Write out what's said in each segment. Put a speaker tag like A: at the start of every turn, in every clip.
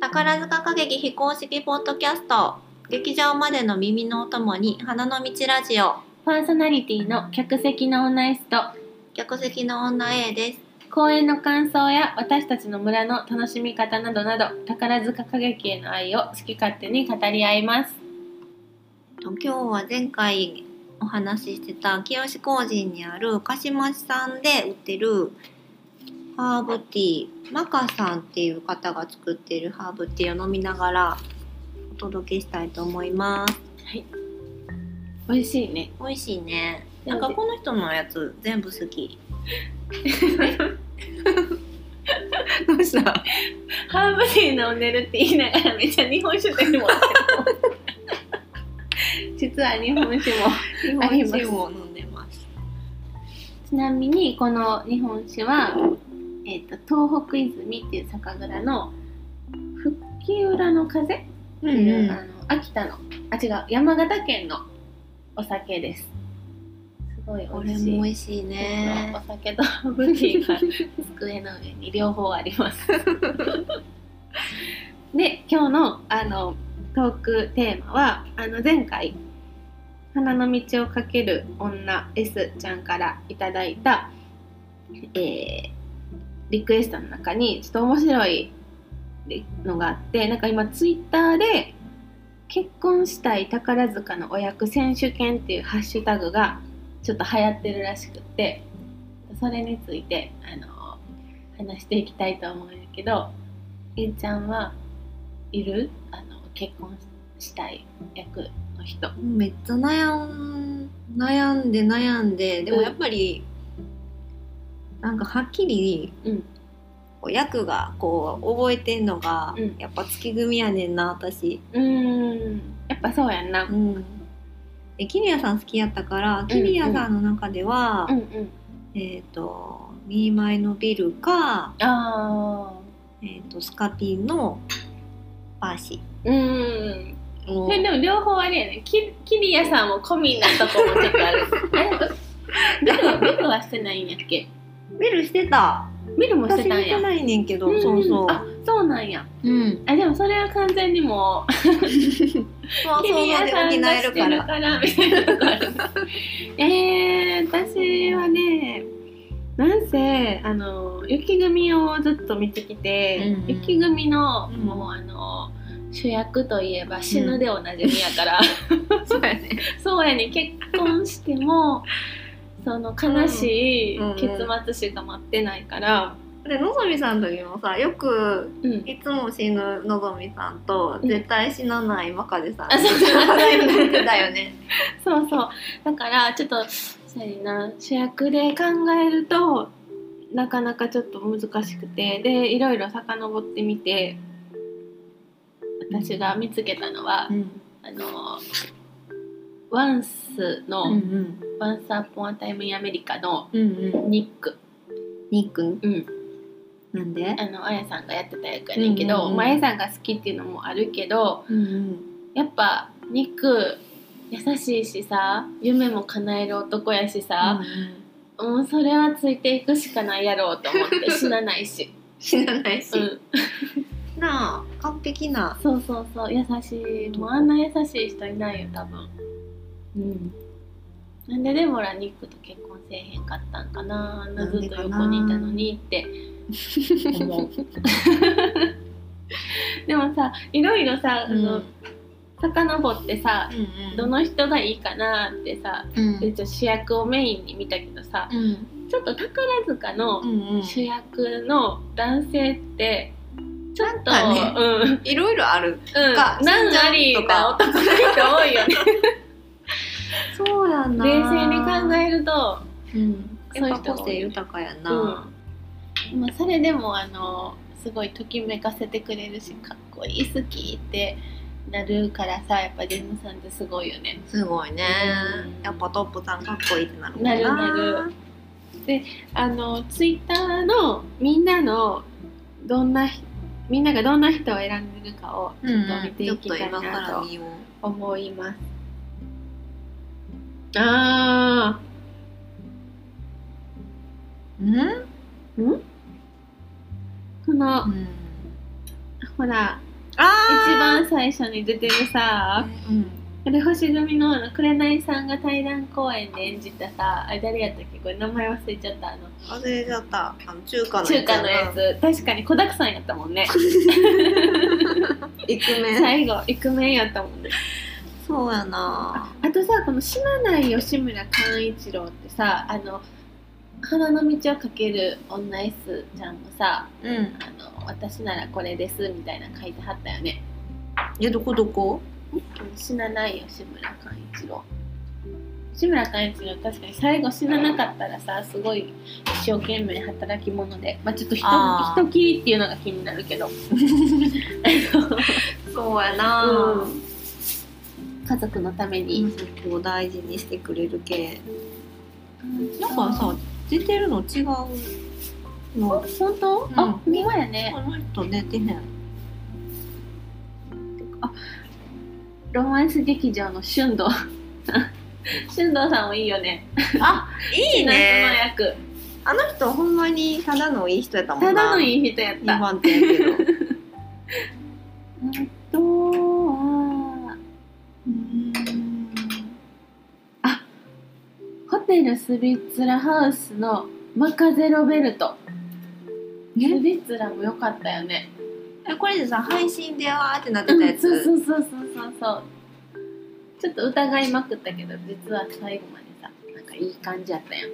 A: 宝塚歌劇非公式ポッドキャスト劇場までの耳のお供に花の道ラジオ
B: パーソナリティの客席の女 S と
A: 客席の女 A です
B: 公演の感想や私たちの村の楽しみ方などなど宝塚歌劇への愛を好き勝手に語り合います
A: と今日は前回お話ししてた清志工人にある鹿島市さんで売ってるハーブティーマカさんっていう方が作ってるハーブティーを飲みながらお届けしたいと思います
B: 美味しいね
A: 美味しいねなんかこの人のやつ全部好き どうした
B: ハーブティー飲んでるって言いながらめっちゃ日本酒でも 実は日本酒も
A: 日
B: 本酒
A: を飲んでます
B: ちなみにこの日本酒は、えー、と東北泉っていう酒蔵の吹浦の風っ
A: う
B: ていう、あの秋田のあ違う山形県のお酒ですすごい
A: こ
B: 美
A: れ
B: 味しい
A: も美味しいね
B: お酒とハーブティーが机の上に両方あります で今日のあのトークテーマはあの前回「花の道をかける女 S ちゃん」からいただいた、えーリクエストの中にちょっと面白いのがあってなんか今ツイッターで「結婚したい宝塚のお役選手権」っていうハッシュタグがちょっと流行ってるらしくってそれについてあの話していきたいと思うんやけどえいちゃんはいるあの結婚したい役の人
A: めっちゃ悩ん悩んで悩んででもやっぱり、なんかはっきり、
B: うん
A: こう役がこう覚えてんのが、
B: うん
A: やっぱ月組やねんな私
B: うーんやっぱそうやんな
A: うんでキリアさん好きやったからキリアさんの中では、
B: うんうん
A: えっ、と「ミーマイのビルか」
B: あ
A: えーとスカピンのパーシ
B: ーうーん
A: ーを
B: これでも両方あれやねきキリヤさんも込みなとこもちょっとある あれビルビルはしてないんやっけ
A: ビルしてた
B: ビルもし
A: 私
B: てた
A: 見
B: んや
A: てないねんけど、
B: ん
A: そうそう
B: あそうなんや
A: うん
B: あでもそれは完全にもう
A: 想像で補えるから
B: みたいなとこある えー、私はねなんせあの雪組をずっと見てきて、
A: うんうん
B: 雪組の、
A: うん
B: もうあの主役といえば死ぬでおなじみやから、
A: そうやね
B: そうやね結婚して もその悲しい
A: うんうん
B: 結末しか待ってないから、
A: でのぞみさんの時もさよく
B: うん
A: いつも死ぬのぞみさんと
B: うん
A: 絶対死なない真壁さん
B: あそう そう
A: 話になってたよね
B: そうそうだからちょっとそうやな主役で考えるとなかなかちょっと難しくてでいろいろ遡ってみて私が見つけたのは、
A: ん
B: あのワンスの
A: う、ん
B: 「ワンスアポンアタイムインアメリカ」の
A: うんうん
B: ニック、
A: ニック
B: うん、
A: なんで
B: あのあやさんがやってた役やねんけ
A: うんうん
B: ど、
A: うん
B: まああやさんが好きっていうのもあるけど
A: うん
B: やっぱニック優しいしさ夢も叶える男やしさ、もうそれはついていくしかないやろうと思って死なな いし、
A: 死なないし、
B: うん、
A: なあ完璧な
B: そうそうそう優しいもうあんな優しい人いないよ多分うんなんでデボラニックと結婚せえへんかったんかなあんなずっと横にいたのにって思うでもさいろいろさ、あの遡ってさどの人がいいかなってさ
A: うん
B: でちょっと主役をメインに見たけどさ
A: うん
B: ちょっと宝塚の
A: うんうん
B: 主役の男性ってちょっと、
A: なんかね
B: うんうん
A: いろいろあるか
B: 何ありな男の人多い よね
A: そうやな
B: 冷静に考えると、
A: うん、
B: そういう
A: やっ
B: 人
A: ぱ
B: が
A: 個性
B: 多いよね
A: 豊かや
B: う
A: な、
B: んまあ、それでもあのすごいときめかせてくれるしかっこいい好きってなるからさやっぱジェムさんってすごいよね
A: すごいね
B: うん
A: やっぱトップさんかっこいいってなるもん
B: なるなるあのツイッターのみんなのどんなひみんながどんな人を選んでるかをちょっと見て
A: ちょ
B: い
A: っ
B: きた
A: と
B: い
A: 今か
B: なと
A: ら見よう
B: 思いますあ
A: うん、
B: あこの
A: うん、
B: ほら一
A: あ
B: 番最初に出てるさ
A: 一番、うん、
B: あれ星組のあの紅さんが対談公演で演じたさあれ誰やったっけこれ名前忘れちゃったあの
A: 忘れちゃったあの中華の
B: 中華のや
A: つ
B: つ確かに子だくさんやったも んね
A: イクメン
B: 最後イクメンやったもんね
A: そうやな
B: あとさこの島内義村寛一郎ってさあの花の道をかける女 S ちゃんもさ
A: うん
B: あの私ならこれですみたいなの書いてはったよね
A: えどこどこ
B: 死なないよ志村寛一郎志村寛一郎確かに最後死ななかったらさすごい一生懸命働き者でまあちょっと人
A: あー
B: 人切りっていうのが気になるけど
A: そうや
B: あ
A: な
B: のうん家族のため
A: 今
B: に、
A: そこを大事にしてくれる系なんかさ出てるの違うの
B: あ本当、
A: ん
B: あ美和やね
A: この人出てへん
B: ロマンス劇場の俊 道俊道さんもいいよね
A: あいいね
B: 夏の役
A: あの人ほんまにただのいい人やったもんな
B: ただの
A: い
B: いい人やった
A: 2番手やけど
B: あとは
A: うん
B: ホテルスビッツラハウスのマカゼロベルトス
A: え
B: ビッツラも良かったよね
A: えこれでさ配信でわーってなって
B: そ
A: た
B: う
A: やつ、
B: そうそうそうそうそうちょっと疑いまくったけど実は最後までさなんかいい感じやったやん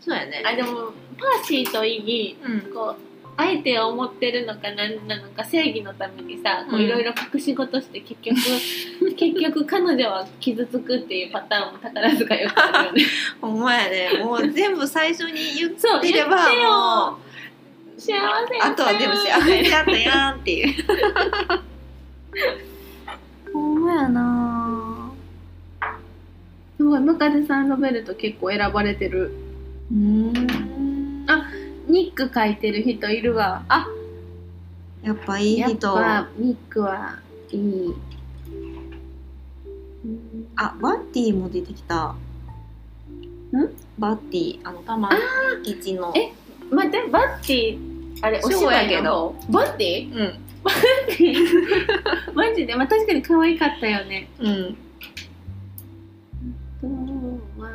A: そうやね
B: あでもパーシーとイギ
A: うん
B: こう相手を思ってるのか何なのか正義のためにさこう
A: うん
B: いろいろ隠し事して結局結局 彼女は傷つくっていうパターンも宝塚よくあるよ ね
A: ほんまやねもう全部最初に言っ
B: そう
A: てれば
B: 言ってよ
A: もう
B: 幸せやったよ
A: あとはでも幸せやったやんって いうほんまやな
B: すごいムカデさんロベルト結構選ばれてる
A: うーん
B: あニック書いてる人いるわあ
A: やっぱいい
B: やっ
A: 人
B: ぱニックはいいうん
A: あバッティも出てきたんバッティあの玉井吉の
B: え待ってバッティあれお
A: そう
B: 芝
A: や
B: 居
A: け
B: けど
A: ど
B: バッティ
A: うん
B: マジで、まあ、確かに可愛かったよね
A: うん
B: あとは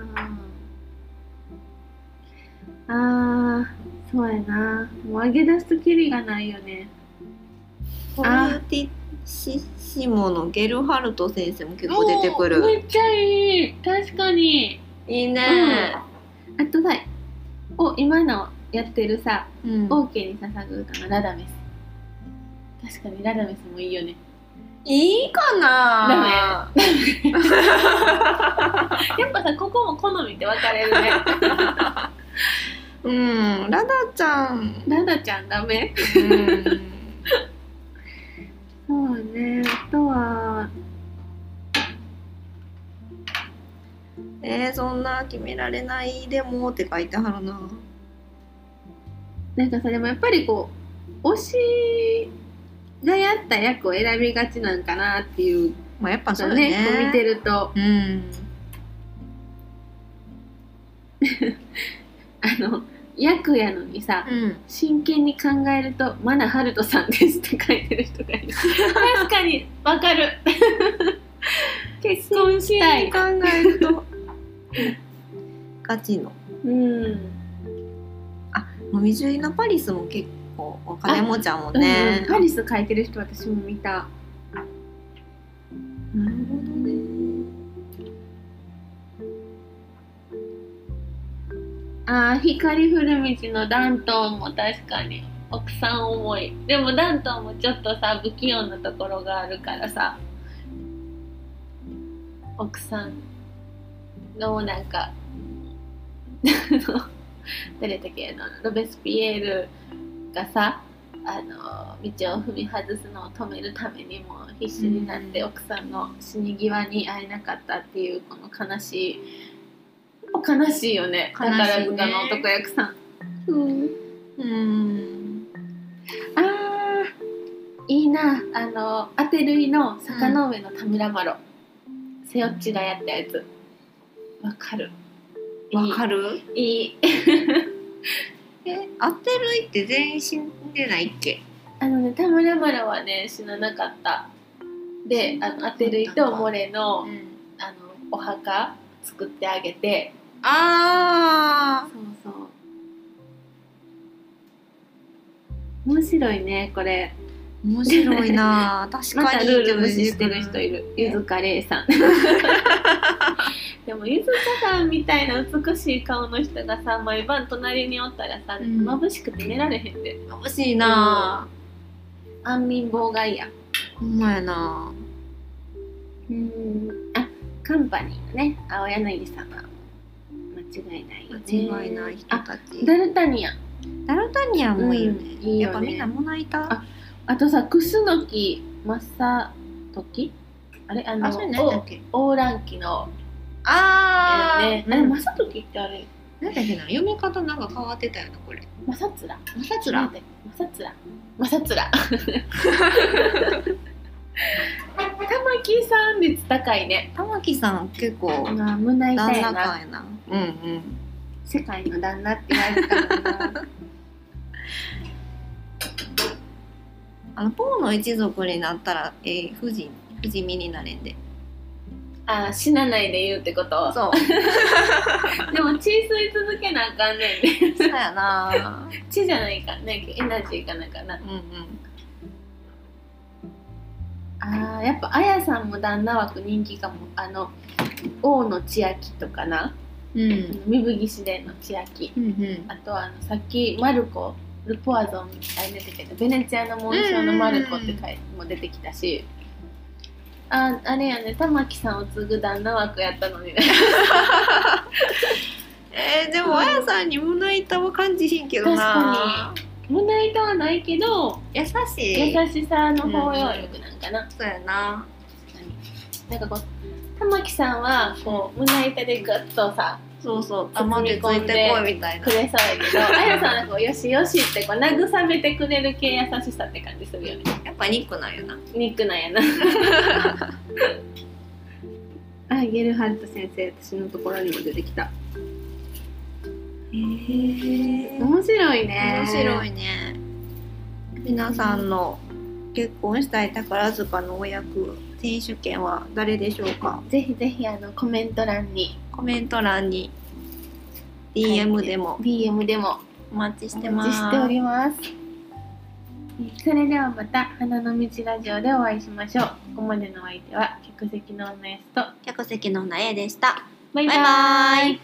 B: あーそうやなもう上げ出すとキリがないよね
A: コミュニティシシモのゲルハルト先生も結構出てく
B: おー
A: る
B: めっちゃいい確かに
A: いい
B: うん、あとさお今のやってるさ
A: うん
B: オーケーに捧ぐ歌のラダメス確かにラダメスもいいよね
A: いいかな
B: やっぱさここも好みって分かれるね
A: うんラダちゃん
B: ラダちゃんダメ
A: うん
B: そうねあとは
A: えー、そんな決められないでもって書いてはるな
B: なんかさでもやっぱりこう推しがやった役を選びがちなんかなっていう
A: まあやっぱそう
B: の
A: よね
B: ねこう見てると
A: うん
B: あの役やのにさ、
A: うん
B: 真剣に考えると「マナハルトさんです」って書いてる人がいる確かにわか る結婚したい
A: 考えるとガチの
B: うん、
A: 飲み中のパリスも結構お金持ちやもんね
B: うん、パリス書いてる人私も見た
A: なるほどね
B: あー光古道のダントンも確かに奥さん思いでもダントンもちょっとさ不器用なところがあるからさ奥さんのなんか あの誰だっけあのロベスピエールがさあの道を踏み外すのを止めるためにも必死になって
A: うん
B: 奥さんの死に際に会えなかったっていうこの悲しいやっぱ悲しいよね
A: 悲しいね
B: 宝塚の男役さん、うん、
A: うん
B: あーいいなあのアテルイの坂の上の田村麻呂、セオッチがやったやつわかる
A: わかる
B: いいいい
A: え当てるいって全員死んでないっけ
B: あのね歌ムラムラはね死ななかったであのアテルイとモレの,、
A: うん、
B: あのお墓作ってあげて
A: あ
B: そうそう面白いねこれ
A: ー面白い な確
B: ま
A: か
B: た
A: に
B: ルール無視してる人いるゆずかれい さん でもゆずかさんみたいな美しい顔の人がさ毎晩隣におったらさ、
A: うん
B: 眩しくて寝られへんで
A: 欲しいな
B: 安眠妨害や
A: ほんまやな
B: うんあカンパニーのね青柳さんは間違いないよね
A: 間違いない人
B: あ
A: たち
B: ダルタニア
A: ダルタニアもいいよね,、
B: うんいいよね
A: やっぱみんなもないた
B: ああとさクスノキマサトキあれあの
A: あそれ何だっけ
B: オーランキの
A: あー、
B: ね、あ
A: う
B: れ
A: ん
B: マサトキってあれ
A: なんだっけな読み方なんか変わってたよなこれ
B: マサツラ
A: マサツ
B: なん
A: ラ
B: だっけマサツラマサツラ玉木さん率高いね
A: 玉木さん結構旦
B: まあ胸
A: 那
B: 痛い
A: 感
B: な
A: やなうんうん
B: 世界の旦那って言われてたもん な
A: あのポーの一族になったら、えー、夫人不死身になれんで
B: あー死なないで言うってこと
A: そう
B: でも血吸い続けなあかんねんで
A: そうやな
B: 血じゃないかねエナジーかなんかな
A: うんうん
B: あーやっぱあやさんも旦那枠人気かもあの王の千秋とかな
A: うん
B: 壬生岸伝の千秋
A: うんうん
B: あとはあのさっきマルコルポアゾンみたいに出てきたベネチアの紋章のマルコって回も出てきたし、ああれやね玉木さんを継ぐ旦那枠やったのにね
A: えー、でもあやさんに胸板は感じひんけどな
B: 胸板はないけど
A: 優し
B: 優
A: い
B: しさの包容力なんかな、
A: そうやな
B: なんかこう玉木さんはこう胸板でグッとさ
A: そうそう
B: 包み
A: 黙ってつ
B: 込ん
A: い
B: で
A: てこいみたいな
B: くれそうやけどあやさんはこうよしよしってこう慰めてくれる系優しさって感じするよね
A: やっぱニックなんやな
B: 肉なんやな あゲルハルト先生私のところにも出てきた
A: へえ
B: 面白いね
A: 面白
B: い
A: いね皆さんの結婚したい宝塚のお役選手権は誰でしょうか
B: ぜひぜひあのコメント欄に
A: コメント欄に DM でも
B: DM でも
A: お待ちし
B: お
A: て
B: 待
A: ま
B: ち
A: す。
B: しておりますえそれではまた花の道ラジオでお会いしましょうここまでのお相手は客席の女 S と
A: 客席のなえでした。
B: バ
A: バイバーイ